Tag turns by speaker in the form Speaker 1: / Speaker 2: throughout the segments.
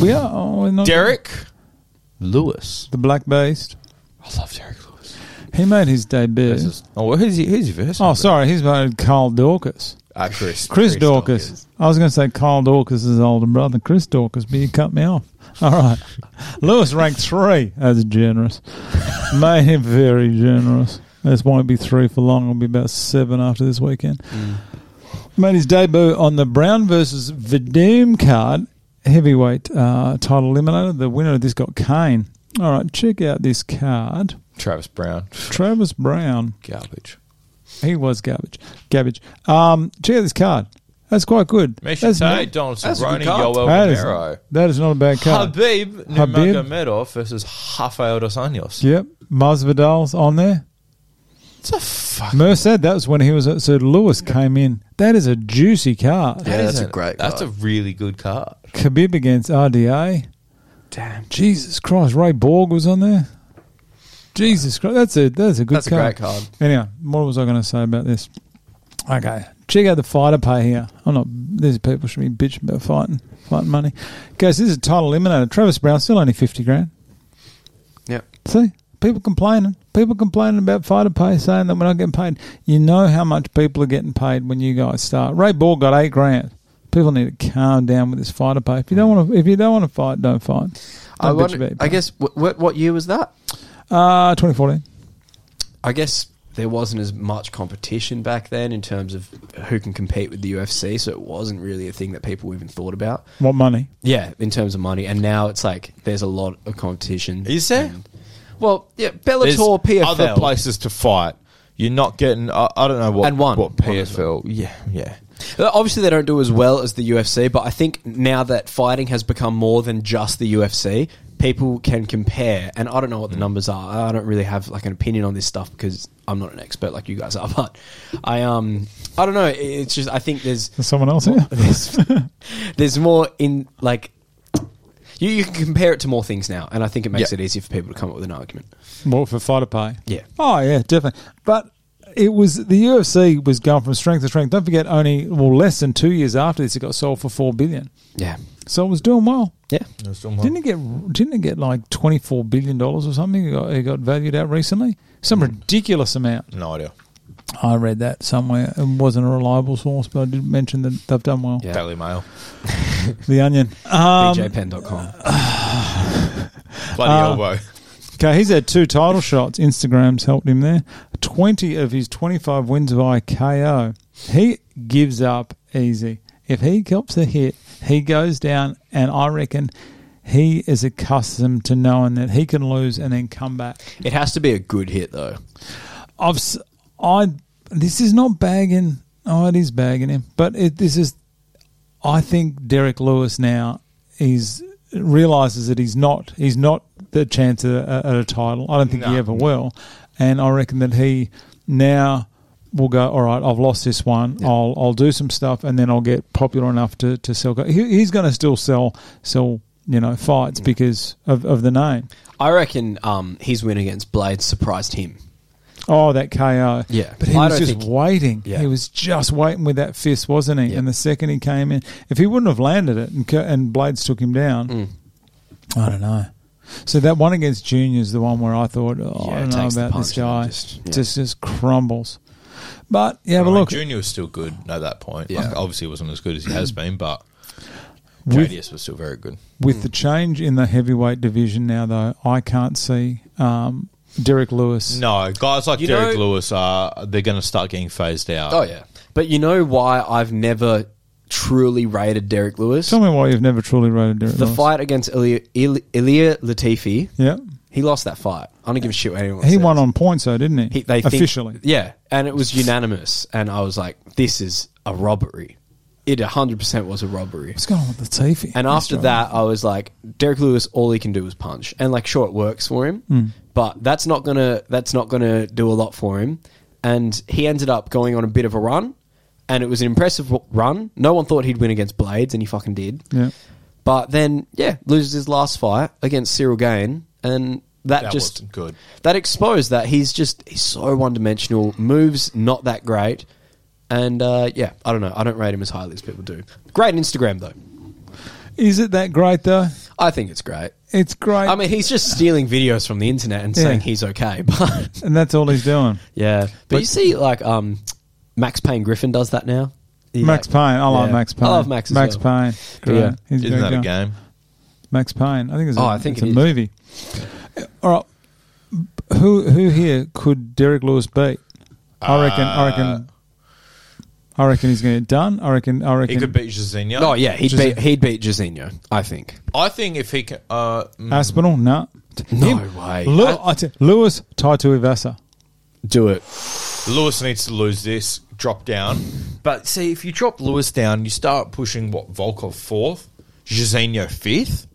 Speaker 1: We are. Oh, we're not
Speaker 2: Derek Lewis.
Speaker 1: The black bass.
Speaker 2: I love Derek Lewis.
Speaker 1: He made his debut.
Speaker 2: This is- oh, well, who's he, who's your first?
Speaker 1: Oh,
Speaker 2: number?
Speaker 1: sorry. He's voted Carl Dorcas.
Speaker 2: Uh, Chris.
Speaker 1: Chris, Dorcas. I was going to say Carl Dorcas's older brother, Chris Dorcas, but you cut me off. All right. Lewis ranked three. That's generous. Made him very generous. This won't be three for long. It'll be about seven after this weekend. Made his debut on the Brown versus Vadoom card, heavyweight uh, title eliminator. The winner of this got Kane. All right, check out this card.
Speaker 2: Travis Brown.
Speaker 1: Travis Brown.
Speaker 2: Garbage.
Speaker 1: He was garbage. Garbage. Um, check out this card. That's quite good.
Speaker 2: Mission
Speaker 1: That's
Speaker 2: Tay,
Speaker 1: not-
Speaker 2: Donaldson,
Speaker 3: that's a good
Speaker 2: Cerrone,
Speaker 3: card.
Speaker 2: Yoel
Speaker 1: that, is,
Speaker 2: Romero.
Speaker 1: that is not a bad card.
Speaker 2: Habib
Speaker 1: Habib.
Speaker 2: Nurmagomedov versus Rafael dos Anjos.
Speaker 1: Yep. Masvidal's on there.
Speaker 2: It's a fuck.
Speaker 1: Merced, that was when he was at Sir Lewis came in. That is a juicy card.
Speaker 3: Yeah, that's
Speaker 2: isn't-
Speaker 3: a great
Speaker 2: That's
Speaker 3: card.
Speaker 2: a really good card.
Speaker 1: Khabib against RDA.
Speaker 3: Damn.
Speaker 1: Jesus Christ, Ray Borg was on there. Jesus Christ, that's a that's a good
Speaker 3: That's a
Speaker 1: card.
Speaker 3: great card.
Speaker 1: Anyway, what was I going to say about this? Okay, check out the fighter pay here. I'm not. These people should be bitching about fighting, fighting money. Guys, this is a title eliminator. Travis Brown still only fifty grand.
Speaker 3: Yep.
Speaker 1: See, people complaining. People complaining about fighter pay, saying that we're not getting paid. You know how much people are getting paid when you guys start. Ray Ball got eight grand. People need to calm down with this fighter pay. If you don't want to, if you don't want to fight, don't fight.
Speaker 3: I,
Speaker 1: Don't bitch
Speaker 3: wonder-
Speaker 1: about your
Speaker 3: I
Speaker 1: pay.
Speaker 3: guess what, what what year was that?
Speaker 1: Uh, 2014.
Speaker 3: I guess there wasn't as much competition back then in terms of who can compete with the UFC, so it wasn't really a thing that people even thought about.
Speaker 1: What money?
Speaker 3: Yeah, in terms of money, and now it's like there's a lot of competition.
Speaker 2: Is there?
Speaker 3: And- well, yeah,
Speaker 2: There's
Speaker 3: Bellator, PFL,
Speaker 2: other places to fight. You're not getting. I, I don't know what.
Speaker 3: And one.
Speaker 2: What
Speaker 3: One as
Speaker 2: PFL? Yeah, yeah.
Speaker 3: Uh, Obviously, they don't do as well as the UFC, but I think now that fighting has become more than just the UFC, people can compare. And I don't know what the numbers are. I don't really have like an opinion on this stuff because I'm not an expert like you guys are. But I um I don't know. It- It's just I think there's
Speaker 1: There's someone else here.
Speaker 3: there's, there's more in like you, you can compare it to more things now, and I think it makes
Speaker 2: Yeah.
Speaker 3: it easier for people to come up with an argument.
Speaker 1: More for fighter pay.
Speaker 3: Yeah.
Speaker 1: Oh yeah, definitely. But it was the UFC was going from strength to strength. Don't forget, only well less than two years after this, it got sold for four billion.
Speaker 3: Yeah,
Speaker 1: So it was doing well.
Speaker 3: yeah.
Speaker 1: Didn't it get? Didn't it get like twenty four billion dollars or something? It got, it got valued out recently. Some ridiculous amount.
Speaker 2: No idea.
Speaker 1: I read that somewhere. It wasn't a reliable source, but I did mention that they've done well.
Speaker 3: Yeah.
Speaker 2: Daily Mail.
Speaker 1: The Onion. Um,
Speaker 3: BJPen.com.
Speaker 2: Bloody elbow.
Speaker 1: Okay, he's had two title shots. Instagram's helped him there. 20 of his 25 wins via KO. He gives up easy. If he gets a hit, he goes down, and I reckon he is accustomed to knowing that he can lose and then come back.
Speaker 3: It has to be a good hit though.
Speaker 1: I've, s- I, this is not bagging. Oh, it is bagging him, but it, this is. I think Derek Lewis now is realizes that he's not he's not the chance at a, at a title. I don't think he
Speaker 2: No.
Speaker 1: ever will, and I reckon that he now will go. All right, I've lost this one. I'll I'll do some stuff, and then I'll get popular enough to to sell. He, he's going to still sell sell you know fights because of of the name.
Speaker 3: I reckon um, his win against Blade surprised him.
Speaker 1: Oh, that KO.
Speaker 3: Yeah.
Speaker 1: But he
Speaker 3: I
Speaker 1: was
Speaker 3: don't
Speaker 1: just
Speaker 3: think-
Speaker 1: waiting.
Speaker 3: Yeah.
Speaker 1: He was just waiting with that fist, wasn't he?
Speaker 3: Yeah.
Speaker 1: And the second he came in, if he wouldn't have landed it and, Ke- and Blades took him down,
Speaker 3: Mm.
Speaker 1: I don't know. So that one against Junior is the one where I thought, oh,
Speaker 3: Yeah,
Speaker 1: I
Speaker 3: it
Speaker 1: don't know
Speaker 3: takes the
Speaker 1: about this
Speaker 3: punch and
Speaker 1: guy.
Speaker 3: just-
Speaker 1: Just,
Speaker 3: yeah.
Speaker 1: just crumbles. But yeah,
Speaker 2: I
Speaker 1: but
Speaker 2: mean,
Speaker 1: look,
Speaker 2: Junior was still good at that point.
Speaker 3: Yeah.
Speaker 2: Like, obviously, he wasn't as good as he has been, but
Speaker 1: Mm. With-
Speaker 2: JDS was still very good.
Speaker 1: with
Speaker 3: Mm.
Speaker 1: the change in the heavyweight division now, though, I can't see um, Derek Lewis.
Speaker 3: Mm.
Speaker 2: No, guys like
Speaker 3: You
Speaker 2: Derek
Speaker 3: know-
Speaker 2: Lewis are they're going to start getting phased out.
Speaker 3: Oh yeah, but you know why I've never truly rated Derek Lewis?
Speaker 1: Tell me why you've never truly rated Derek
Speaker 3: the
Speaker 1: Lewis.
Speaker 3: fight against Ilya, Ili- Ilya Latifi,
Speaker 1: Yeah.
Speaker 3: he lost that fight. I don't give a shit what anyone.
Speaker 1: He
Speaker 3: says.
Speaker 1: won on points, though, didn't he?
Speaker 3: He- they think-
Speaker 1: Officially.
Speaker 3: yeah, and it was unanimous. And I was like, this is a robbery. It hundred percent was a robbery.
Speaker 1: What's going on with the TV?
Speaker 3: And after that, I was like, Derek Lewis, all he can do is punch, and like, sure, it works for him, but that's not gonna that's not gonna do a lot for him. And he ended up going on a bit of a run, and it was an impressive w- run. No one thought he'd win against Blades, and he fucking did.
Speaker 1: Yeah.
Speaker 3: But then, yeah, loses his last fight against Cyril Gain, and
Speaker 2: That
Speaker 3: that, just
Speaker 2: wasn't good.
Speaker 3: That exposed that he's just he's so one dimensional. Moves not that great, and uh, yeah, I don't know. I don't rate him as highly as people do. Great Instagram though.
Speaker 1: Is it that great though?
Speaker 3: I think it's great.
Speaker 1: It's great,
Speaker 3: I mean, he's just stealing videos from the internet and
Speaker 1: Yeah.
Speaker 3: saying he's okay, but
Speaker 1: and that's all he's doing.
Speaker 3: yeah. But, you see, like um, Max Payne Griffin does that now. He,
Speaker 1: Max
Speaker 3: like-
Speaker 1: Payne, I like
Speaker 3: yeah.
Speaker 1: Max Payne.
Speaker 3: I love Max. As
Speaker 1: Max
Speaker 3: well.
Speaker 1: Payne, great.
Speaker 3: Yeah.
Speaker 1: He's
Speaker 2: Isn't
Speaker 1: very
Speaker 2: that a
Speaker 1: good.
Speaker 2: game?
Speaker 1: Max Payne. I think it's. A,
Speaker 3: Oh, I think
Speaker 1: it's
Speaker 3: it
Speaker 1: a
Speaker 3: is.
Speaker 1: movie. All right, who who here could Derek Lewis beat? I reckon. I reckon. I reckon he's going to get done. I reckon. I reckon.
Speaker 2: He could beat Jazinho.
Speaker 3: Oh yeah, he'd
Speaker 1: Jose-
Speaker 3: beat he'd beat Jazinho, I think.
Speaker 2: I think if he can. Uh, mm,
Speaker 1: Aspinall, no.
Speaker 3: No way.
Speaker 1: Lew-
Speaker 3: I-
Speaker 1: I tell- Lewis tied to Ivasa.
Speaker 3: Do it.
Speaker 2: Lewis needs to lose this, drop down. But see, if you drop Lewis down, you start pushing what Volkov fourth, Jazinho fifth.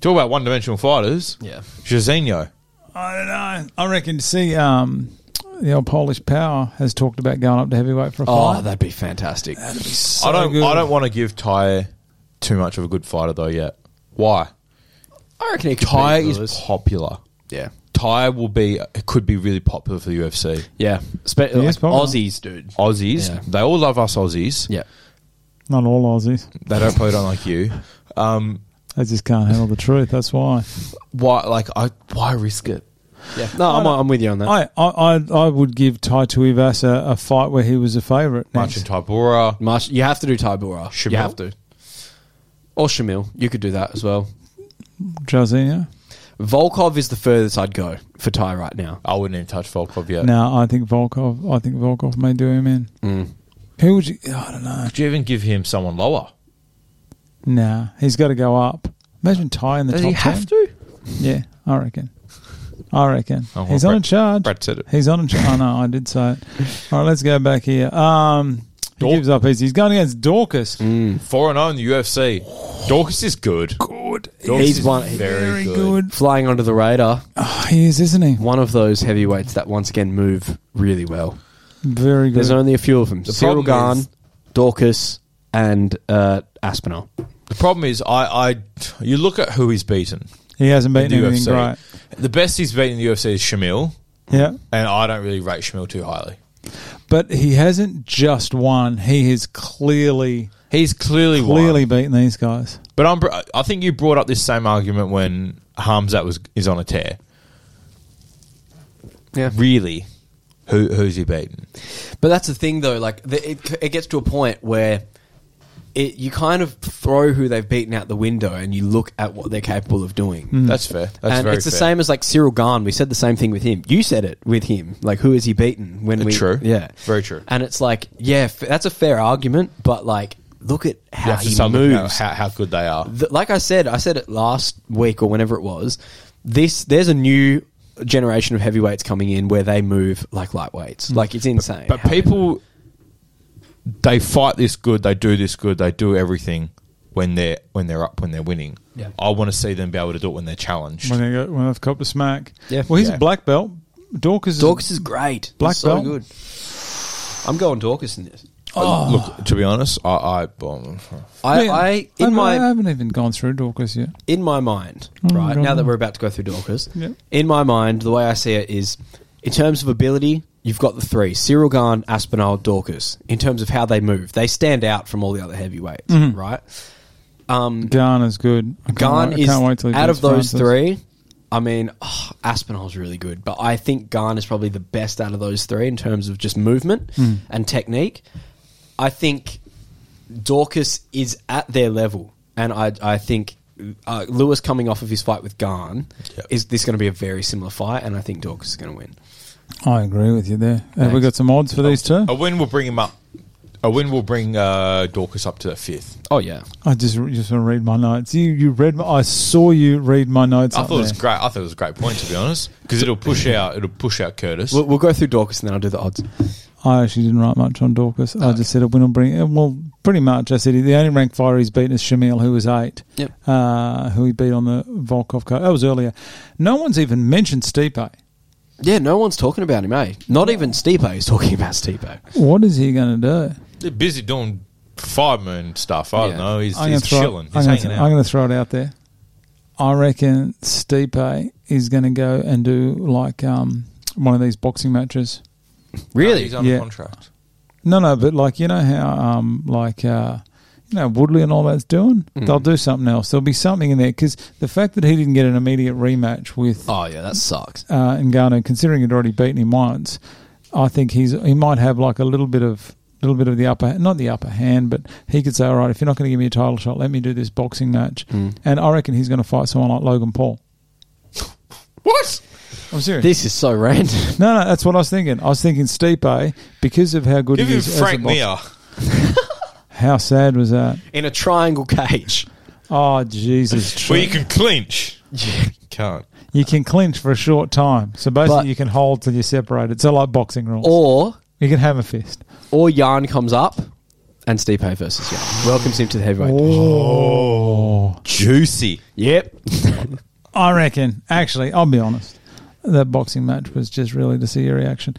Speaker 2: Talk about one-dimensional fighters.
Speaker 3: Yeah.
Speaker 2: Jazinho.
Speaker 1: I don't know. I reckon to see um, the old Polish power has talked about going up to heavyweight for a
Speaker 3: Oh,
Speaker 1: fight.
Speaker 3: that'd be fantastic.
Speaker 2: I don't.
Speaker 1: good.
Speaker 2: I don't want to give Ty too much of a good fighter though yet. Why?
Speaker 3: I reckon he could
Speaker 2: Ty
Speaker 3: beat
Speaker 2: is
Speaker 3: Lewis.
Speaker 2: popular.
Speaker 3: yeah.
Speaker 2: Ty will be could be really popular for the UFC.
Speaker 3: Yeah. Spe- like,
Speaker 1: is popular.
Speaker 3: Aussies, dude.
Speaker 2: Aussies,
Speaker 3: Yeah.
Speaker 2: they all love us Aussies.
Speaker 3: Yeah.
Speaker 1: Not all Aussies.
Speaker 2: They don't probably don't like you. Um,
Speaker 1: They just can't handle the truth. That's why.
Speaker 2: why? Like I? Why risk it?
Speaker 3: Yeah. No, I'm, I'm with you on that.
Speaker 1: I, I, I, I would give Tai Tuivasa a fight where he was a favourite.
Speaker 2: Martin
Speaker 1: next.
Speaker 2: Tybura,
Speaker 3: Marsh, you have to do Tybura.
Speaker 2: Shamil?
Speaker 3: You have to. Or Shamil. You could do that as well.
Speaker 1: Jazinho?
Speaker 3: Volkov is the furthest I'd go for Ty right now.
Speaker 2: I wouldn't even touch Volkov yet.
Speaker 1: No, I think Volkov. I think Volkov may do him in.
Speaker 2: Mm.
Speaker 1: Who would you? I don't know.
Speaker 2: Could you even give him someone lower?
Speaker 1: Nah, he's got to go up. Imagine Ty in the
Speaker 2: Does
Speaker 1: top
Speaker 2: he have
Speaker 1: 10.
Speaker 2: to?
Speaker 1: Yeah, I reckon. I reckon
Speaker 2: Oh, well,
Speaker 1: he's on a
Speaker 2: Brett-
Speaker 1: charge.
Speaker 2: Brett said it.
Speaker 1: He's on a charge. I know. I did say it. All right, let's go back here. Um, he
Speaker 2: Dor-
Speaker 1: gives up easy. He's going against Dorcas.
Speaker 2: Four and zero in the UFC. Dorcas is good.
Speaker 1: Good.
Speaker 2: Dorcas
Speaker 3: He's
Speaker 2: is
Speaker 3: one-
Speaker 2: very, good.
Speaker 3: Flying under the radar,
Speaker 1: Oh, he is, isn't he?
Speaker 3: one of those heavyweights that once again move really well.
Speaker 1: Very good.
Speaker 3: There's only a few of them. Cyril
Speaker 2: problem
Speaker 3: Garn,
Speaker 2: is-
Speaker 3: Dorcas, and uh, Aspinall.
Speaker 2: The problem is, I, I, you look at who he's beaten.
Speaker 1: he hasn't
Speaker 2: in The
Speaker 1: beaten anything
Speaker 2: UFC.
Speaker 1: great.
Speaker 2: The best he's beaten in the UFC is Shamil,
Speaker 1: Yeah.
Speaker 2: and I don't really rate Shamil too highly.
Speaker 1: But he hasn't just won. He has clearly,
Speaker 2: He's clearly
Speaker 1: clearly
Speaker 2: won.
Speaker 1: beaten these guys.
Speaker 2: But I'm, br- I think you brought up this same argument when Hamzat was is on a tear.
Speaker 3: Yeah.
Speaker 2: Really, who who's he beaten?
Speaker 3: But that's the thing, though. Like, the, it, it gets to a point where it, you kind of throw who they've beaten out the window and you look at what they're capable of doing.
Speaker 1: Hmm.
Speaker 2: That's fair. That's
Speaker 3: and
Speaker 2: very
Speaker 3: it's the
Speaker 2: fair.
Speaker 3: same as like Cyril Garn. We said the same thing with him. You said it with him. Like, who has he beaten? When we
Speaker 2: Uh, True.
Speaker 3: yeah,
Speaker 2: Very true.
Speaker 3: And it's like, yeah, f- that's a fair argument, but like, look at
Speaker 2: You
Speaker 3: how
Speaker 2: have to
Speaker 3: he
Speaker 2: start looking at
Speaker 3: moves.
Speaker 2: How, how good they are.
Speaker 3: Th- like I said, I said it last week or whenever it was. This there's a new generation of heavyweights coming in where they move like lightweights. Like it's insane.
Speaker 2: Mm. But
Speaker 3: how they move.
Speaker 2: people, they fight this good. They do this good. They do everything when they're when they're up when they're winning.
Speaker 3: Yeah.
Speaker 2: I want to see them be able to do it when they're challenged.
Speaker 1: When, they go, when I've copped a smack.
Speaker 3: Yeah.
Speaker 1: Well, he's
Speaker 2: Yeah.
Speaker 1: a black belt. Dorcas is.
Speaker 3: Dorcas is great.
Speaker 1: Black
Speaker 3: He's so
Speaker 1: belt.
Speaker 3: good. I'm going Dorcas in this.
Speaker 2: Look, to be honest, I, I um,
Speaker 3: I,
Speaker 1: Yeah.
Speaker 3: I in
Speaker 1: haven't-
Speaker 3: my
Speaker 1: I haven't even gone through Dorcas yet.
Speaker 3: in my mind,
Speaker 1: Oh my
Speaker 3: right
Speaker 1: God.
Speaker 3: now that we're about to go through Dorcas,
Speaker 1: Yeah.
Speaker 3: in my mind, the way I see it is, in terms of ability, you've got the three: Cyril Garn, Aspinall, Dorcas. In terms of how they move, they stand out from all the other heavyweights,
Speaker 1: Mm-hmm.
Speaker 3: right? Um,
Speaker 1: Garn is good. I can't
Speaker 3: Garn
Speaker 1: wait- I
Speaker 3: is
Speaker 1: can't wait till he
Speaker 3: out
Speaker 1: beats
Speaker 3: of those
Speaker 1: Francis.
Speaker 3: three. I mean, oh, Aspinall's really good, but I think Garn is probably the best out of those three in terms of just movement
Speaker 1: Hmm.
Speaker 3: and technique. I think Dorcas is at their level, and I I think uh, Lewis coming off of his fight with Garn
Speaker 2: Yep.
Speaker 3: is this going to be a very similar fight, and I think Dorcas is going to win.
Speaker 1: I agree with you there. Have we
Speaker 3: Thanks.
Speaker 1: got some odds for these two?
Speaker 2: a win will bring him up. A win will bring uh, Dorcas up to fifth.
Speaker 3: Oh yeah,
Speaker 1: I just just want to read my notes. You you read my. I saw you read my notes.
Speaker 2: I
Speaker 1: up
Speaker 2: thought it was
Speaker 1: there.
Speaker 2: great. I thought it was a great point to be honest, because it'll push out. It'll push out Curtis.
Speaker 3: we'll, we'll go through Dorcas and then I'll do the odds.
Speaker 1: I actually didn't write much on Dorcas. I just said a win will bring. uh, Well, pretty much. I said the only ranked fighter he's beaten is Shamil, who was eight.
Speaker 3: Yep.
Speaker 1: Uh, who he beat on the Volkov card. That was earlier. No one's even mentioned Stipe.
Speaker 3: Yeah, no one's talking about him, eh? Not even Stipe is talking about Stipe.
Speaker 1: What is he going to do?
Speaker 2: They're busy doing five moon stuff. I
Speaker 3: Yeah.
Speaker 2: don't know. He's,
Speaker 1: gonna
Speaker 2: he's
Speaker 1: throw-
Speaker 2: chilling. He's
Speaker 1: I'm gonna
Speaker 2: hanging
Speaker 1: throw-
Speaker 2: out.
Speaker 1: I'm going to throw it out there. I reckon Stipe is going to go and do like um, one of these boxing matches.
Speaker 2: he's
Speaker 3: Really?
Speaker 2: under
Speaker 1: Yeah.
Speaker 2: contract.
Speaker 1: No, no, but like you know how um, like uh, you know, Woodley and all that's doing,
Speaker 2: Mm.
Speaker 1: they'll do something else. There'll be something in there because the fact that he didn't get an immediate rematch with
Speaker 3: Oh yeah, that sucks.
Speaker 1: uh, Ngannou, considering he'd already beaten him once, I think he's he might have like a little bit of little bit of the upper not the upper hand, but he could say, all right, if you're not going to give me a title shot, let me do this boxing match,
Speaker 2: Mm.
Speaker 1: and I reckon he's going to fight someone like Logan Paul.
Speaker 2: What?
Speaker 1: I'm serious.
Speaker 3: This is so random.
Speaker 1: no, no, that's what I was thinking. I was thinking Stipe because of how good
Speaker 2: Give
Speaker 1: he
Speaker 2: him
Speaker 1: is as a
Speaker 2: Frank
Speaker 1: boxer.
Speaker 2: Mir.
Speaker 1: How sad was that?
Speaker 3: In a triangle cage.
Speaker 1: Oh Jesus!
Speaker 2: Where
Speaker 1: Trent.
Speaker 2: you can clinch. Can't.
Speaker 1: You can clinch for a short time, so basically
Speaker 3: But-
Speaker 1: you can hold till you're separated. So like boxing rules,
Speaker 3: Or
Speaker 1: you can hammer fist.
Speaker 3: or Yarn comes up and Stipe versus Yarn. Welcomes him to the heavyweight.
Speaker 2: Oh. Juicy.
Speaker 3: Yep.
Speaker 1: I reckon. Actually, I'll be honest. That boxing match was just really to see your reaction.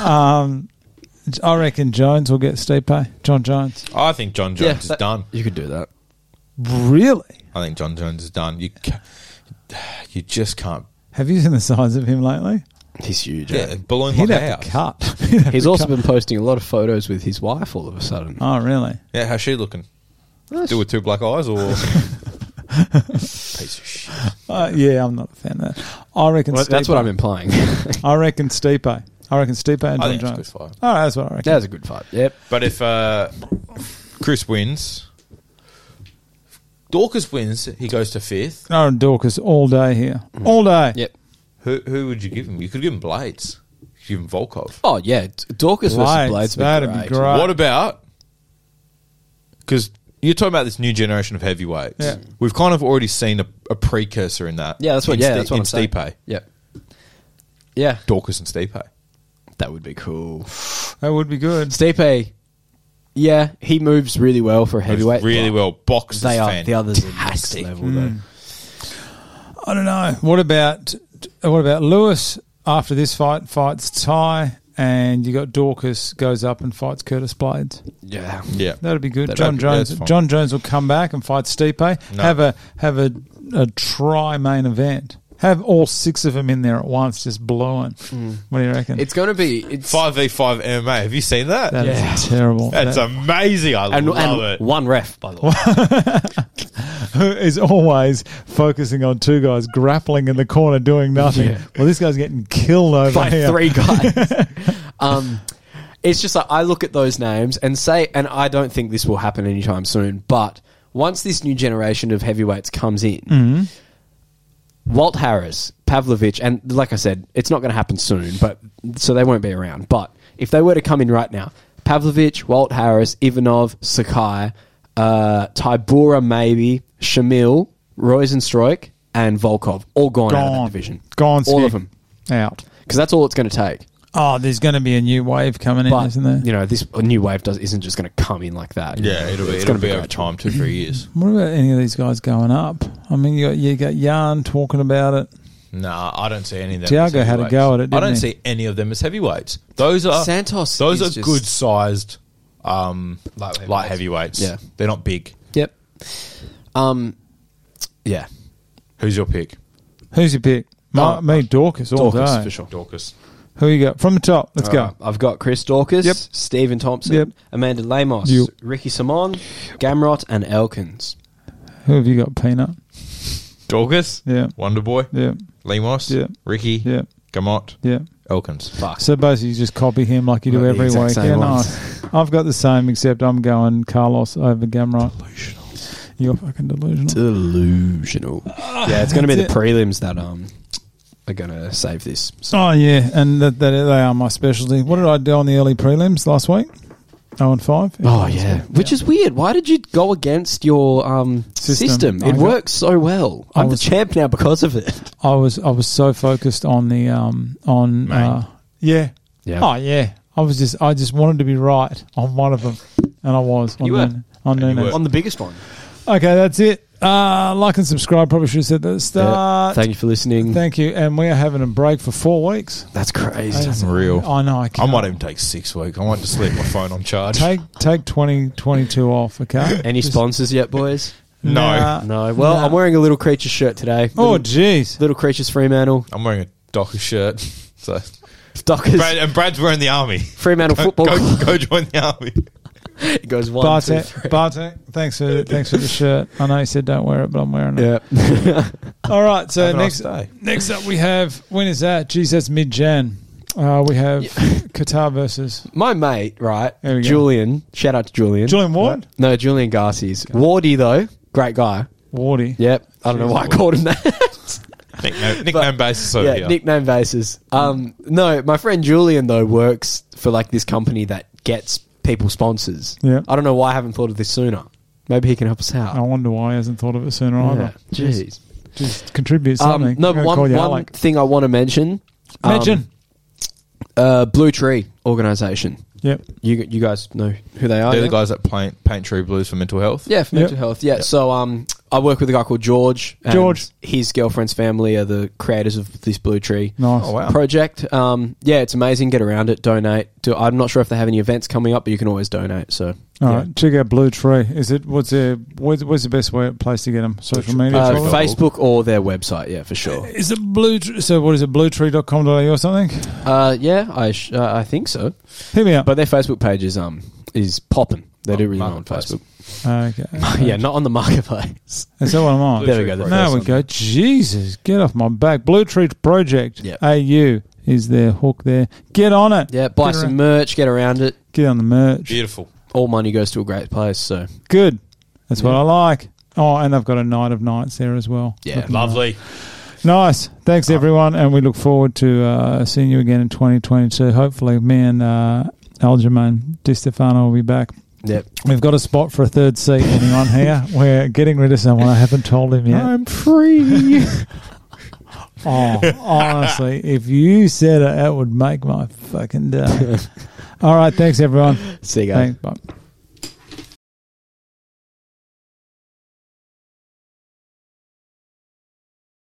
Speaker 1: um, I reckon Jones will get Stipe. John Jones.
Speaker 2: I think John Jones is
Speaker 3: that-
Speaker 2: done.
Speaker 3: You could do that.
Speaker 1: Really?
Speaker 2: I think John Jones is done. You, ca- you just can't.
Speaker 1: Have you seen the size of him lately?
Speaker 3: He's huge. eh?
Speaker 2: Yeah, balloon
Speaker 1: He'd
Speaker 2: like a
Speaker 1: have to
Speaker 2: Oh, house.
Speaker 1: cut.
Speaker 3: He's also been posting a lot of photos with his wife all of a sudden.
Speaker 1: Oh, really?
Speaker 2: Yeah, how's she looking?
Speaker 3: Nice.
Speaker 2: Do with two black eyes or piece of shit?
Speaker 1: Uh, yeah, I'm not a fan of that. I reckon.
Speaker 3: Well,
Speaker 1: Stipe.
Speaker 3: that's what I'm implying.
Speaker 1: I reckon Stipe. I reckon Stipe and John
Speaker 2: I think it's a
Speaker 1: Jones.
Speaker 2: good fight.
Speaker 1: All right, that's what I reckon.
Speaker 3: that was a good fight. Yep.
Speaker 2: But if uh, Chris wins, Dorcas wins, he goes to fifth.
Speaker 1: Aaron Dorcas all day here, all day.
Speaker 3: Yep.
Speaker 2: Who who would you give him? You could give him Blades. You could give him Volkov.
Speaker 3: Oh yeah, Dorcas
Speaker 1: Blades,
Speaker 3: versus Blades. would
Speaker 1: that'd be great. Right.
Speaker 2: What about? Because you're talking about this new generation of heavyweights.
Speaker 1: Yeah.
Speaker 2: We've kind of already seen a, a precursor in that.
Speaker 3: Yeah, that's what.
Speaker 2: In
Speaker 3: Yeah,
Speaker 2: Ste-
Speaker 3: that's what
Speaker 2: in
Speaker 3: I'm saying.
Speaker 2: Stipe.
Speaker 3: Yep. Yeah,
Speaker 2: Dorcas and Stipe.
Speaker 3: that would be cool.
Speaker 1: That would be good.
Speaker 3: Stipe. Yeah, he moves really well for a heavyweight.
Speaker 2: really well. Boxes
Speaker 3: They are Hmm.
Speaker 2: fan.
Speaker 3: the others are next
Speaker 2: Fantastic.
Speaker 3: level though.
Speaker 1: I don't know. What about what about Lewis after this fight fights Ty and you got Dorcas goes up and fights Curtis Blades.
Speaker 3: Yeah.
Speaker 2: Yeah.
Speaker 1: That'd be good.
Speaker 2: That'd
Speaker 1: John
Speaker 2: be-
Speaker 1: Jones
Speaker 2: that's fine.
Speaker 1: John Jones will come back and fight Stipe.
Speaker 2: No.
Speaker 1: Have a have a a try main event. Have all six of them in there at once, just blowing. What do you reckon?
Speaker 3: It's going to be it's
Speaker 2: Five v five MMA. Have you seen that?
Speaker 1: That is
Speaker 3: Yeah.
Speaker 1: terrible.
Speaker 2: That's
Speaker 1: That-
Speaker 2: amazing. I
Speaker 3: and,
Speaker 2: love
Speaker 3: and
Speaker 2: it.
Speaker 3: one ref by the way.
Speaker 1: who is always focusing on two guys grappling in the corner doing nothing.
Speaker 3: Yeah.
Speaker 1: Well, this guy's getting killed over
Speaker 3: by
Speaker 1: here.
Speaker 3: three guys. um, it's just like I look at those names and say, and I don't think this will happen anytime soon. But once this new generation of heavyweights comes in, Walt Harris, Pavlovich, and like I said, it's not going to happen soon, but so they won't be around. But if they were to come in right now, Pavlovich, Walt Harris, Ivanov, Sakai, uh, Tybura, maybe Shamil, Roisenstreich, and Volkov, all gone, out of that
Speaker 1: Gone.
Speaker 3: division.
Speaker 1: Gone.
Speaker 3: all
Speaker 1: sick.
Speaker 3: of them,
Speaker 1: out.
Speaker 3: because that's all it's going to take.
Speaker 1: Oh, there's going to be a new wave coming in,
Speaker 3: But
Speaker 1: isn't there?
Speaker 3: you know, this new wave does isn't just going to come in like that.
Speaker 2: Yeah, it'll be,
Speaker 3: It's
Speaker 2: it'll
Speaker 3: gonna
Speaker 2: be over
Speaker 3: gradual.
Speaker 2: time, two, three years.
Speaker 1: What about any of these guys going up? I mean, you got you got Yarn talking about it.
Speaker 2: Nah, I don't see any of them.
Speaker 1: Thiago
Speaker 2: as
Speaker 1: had a
Speaker 2: heavyweights.
Speaker 1: go at it,
Speaker 2: I
Speaker 1: didn't
Speaker 2: don't
Speaker 1: he?
Speaker 2: see any of them as heavyweights. Those are
Speaker 3: Santos
Speaker 2: Those
Speaker 3: is
Speaker 2: are
Speaker 3: just-
Speaker 2: good sized um, light, heavyweights.
Speaker 3: Yeah.
Speaker 2: they're not big.
Speaker 3: Yep. Um. Yeah.
Speaker 2: Who's your pick?
Speaker 1: Who's your pick? My,
Speaker 3: Oh,
Speaker 1: me, Dorcas, all
Speaker 3: Dorcas
Speaker 1: day.
Speaker 3: for sure.
Speaker 2: Dorcas.
Speaker 1: Who you got from the top? Let's go.
Speaker 3: Alright, I've got Chris Dorcas,
Speaker 1: Yep.
Speaker 3: Stephen Thompson,
Speaker 1: Yep.
Speaker 3: Amanda Lamos,
Speaker 1: Yep.
Speaker 3: Ricky Simon, Gamrot, and Elkins.
Speaker 1: Who have you got? Peanut.
Speaker 2: Dorcas.
Speaker 1: Yeah.
Speaker 2: Wonder Boy.
Speaker 1: Yeah.
Speaker 2: Lemos.
Speaker 1: Yeah.
Speaker 2: Ricky.
Speaker 1: Yeah.
Speaker 2: Gamot.
Speaker 1: Yeah.
Speaker 2: Elkins.
Speaker 3: Fuck.
Speaker 1: So basically, you just copy him like you do
Speaker 3: Got the
Speaker 1: every
Speaker 3: exact
Speaker 1: week.
Speaker 3: same
Speaker 1: Yeah,
Speaker 3: ones.
Speaker 1: nice. I've got the same, except I'm going Carlos over Gamrot. Delusional. You're fucking delusional.
Speaker 3: Delusional. yeah, it's going to be
Speaker 1: Ah, that's
Speaker 3: the prelims that um are going to save this. So
Speaker 1: Oh yeah, and that, that they are my specialty. What did I do on the early prelims last week? Zero and five.
Speaker 3: Oh yeah, which is weird. Why did you go against your um,
Speaker 1: System.
Speaker 3: system?
Speaker 1: I
Speaker 3: It
Speaker 1: got-
Speaker 3: works so well.
Speaker 1: I
Speaker 3: I'm
Speaker 1: was-
Speaker 3: the champ now because of it.
Speaker 1: I was I was so focused on the um on
Speaker 2: Main.
Speaker 1: uh, yeah
Speaker 3: Yeah.
Speaker 1: oh yeah I was just I just wanted to be right on one of them, and I was on
Speaker 3: You were.
Speaker 1: Nun- on
Speaker 2: And you
Speaker 1: Nunes.
Speaker 2: were.
Speaker 3: on the biggest one.
Speaker 1: Okay, that's it. Uh, like and subscribe. Probably should have said that at the start.
Speaker 3: Uh, Thank you for
Speaker 2: Mm.
Speaker 3: listening.
Speaker 1: Thank you, and we are having a break for four weeks.
Speaker 3: That's crazy.
Speaker 1: That's
Speaker 2: unreal.
Speaker 1: I know. I,
Speaker 2: I
Speaker 1: can't.
Speaker 2: might even take six weeks. I might just leave my phone on charge.
Speaker 1: take take twenty twenty two off. Okay.
Speaker 3: Any
Speaker 1: Just-
Speaker 3: sponsors yet, boys?
Speaker 2: No.
Speaker 1: Nah.
Speaker 3: No. Well,
Speaker 1: Nah.
Speaker 3: I'm wearing a little creature shirt today.
Speaker 1: Oh
Speaker 3: little,
Speaker 1: jeez.
Speaker 3: little creatures Fremantle.
Speaker 2: I'm wearing a Docker shirt. So
Speaker 3: Dockers.
Speaker 2: Brad, and Brad's wearing the army.
Speaker 3: Fremantle
Speaker 2: Go,
Speaker 3: football.
Speaker 2: go, go join the army.
Speaker 3: It goes one, two, three.
Speaker 1: Bartek, Bartek, thanks for thanks for the shirt. I know you said don't wear it, but I'm wearing it. All right. So
Speaker 2: Have a nice
Speaker 1: next
Speaker 2: day.
Speaker 1: next up we have when is that? Geez, that's mid Jan. Uh, we have Qatar versus
Speaker 3: My mate, right?
Speaker 1: There we go.
Speaker 3: Julian. Shout out to Julian.
Speaker 1: Julian Ward.
Speaker 3: No, Julian Garces. Wardy though, great guy.
Speaker 1: Wardy.
Speaker 3: Yep. I don't know why I called him that.
Speaker 2: Nickname, nickname basis over
Speaker 3: yeah,
Speaker 2: here.
Speaker 3: nickname basis. Um, no, my friend Julian though works for like this company that gets people sponsors.
Speaker 1: Yeah.
Speaker 3: I don't know why I haven't thought of this sooner. Maybe he can help us out.
Speaker 1: I wonder why he hasn't thought of it sooner
Speaker 3: yeah.
Speaker 1: either.
Speaker 3: Jeez.
Speaker 1: Just contribute
Speaker 3: Um,
Speaker 1: something.
Speaker 3: no,
Speaker 1: I'm gonna
Speaker 3: one,
Speaker 1: call you
Speaker 3: one
Speaker 1: Alec.
Speaker 3: thing I want to mention. um,
Speaker 1: Imagine.
Speaker 3: uh, Blue Tree organization.
Speaker 1: yep.
Speaker 3: You you guys know who they are?
Speaker 2: They're the
Speaker 3: yeah?
Speaker 2: guys that paint, paint Tree Blues for mental health.
Speaker 3: Yeah, for
Speaker 1: Yep.
Speaker 3: mental health. Yeah. So um, I work with a guy called George. and
Speaker 1: George.
Speaker 3: His girlfriend's family are the creators of this Blue Tree
Speaker 1: Nice.
Speaker 2: Oh, wow.
Speaker 3: project. Um, yeah, it's amazing. Get around it. Donate. Do, I'm not sure if they have any events coming up, but you can always donate. So
Speaker 1: All
Speaker 3: yeah.
Speaker 1: right, check out Blue Tree. Is it what's the where's, where's the best way place to get them? Social
Speaker 2: Blue
Speaker 1: media.
Speaker 3: Uh,
Speaker 1: probably?
Speaker 3: Facebook or their website. Yeah, for sure.
Speaker 1: is it blue? Tr- So what is it? Bluetree.com.au or something?
Speaker 3: Uh, yeah, I sh- uh, I think so.
Speaker 1: Hit me up.
Speaker 3: But their Facebook page is um is popping. They do really well on
Speaker 2: marketplace.
Speaker 3: Facebook.
Speaker 1: okay.
Speaker 3: yeah, not on the marketplace.
Speaker 1: Is that what I'm on?
Speaker 2: Blue
Speaker 3: There we
Speaker 2: Tree
Speaker 3: go, the
Speaker 2: Project.
Speaker 1: There we go. Jesus, get off my back. Blue Tree Project
Speaker 3: Yeah.
Speaker 1: AU is their hook there. Get on it.
Speaker 3: Yeah, buy
Speaker 1: Get
Speaker 3: some
Speaker 1: around-
Speaker 3: merch. Get around it.
Speaker 1: Get on the merch.
Speaker 2: Beautiful.
Speaker 3: All money goes to a great place. So
Speaker 1: Good. That's what
Speaker 3: Yeah.
Speaker 1: I like. Oh, and they've got a night of nights there as well.
Speaker 3: Yeah.
Speaker 1: Looking
Speaker 2: Lovely.
Speaker 1: Nice.
Speaker 3: Uh,
Speaker 1: Thanks, everyone. And we look forward to uh, seeing you again in 2022. Hopefully, me and uh, Aljamain Di Stefano will be back.
Speaker 3: yeah,
Speaker 1: We've got a spot for a third seat. Anyone here? We're getting rid of someone. I haven't told him yet.
Speaker 3: free.
Speaker 1: Oh, honestly, if you said it, that would make my fucking day. All right. Thanks, everyone.
Speaker 3: See you guys.
Speaker 1: Thanks. Bye.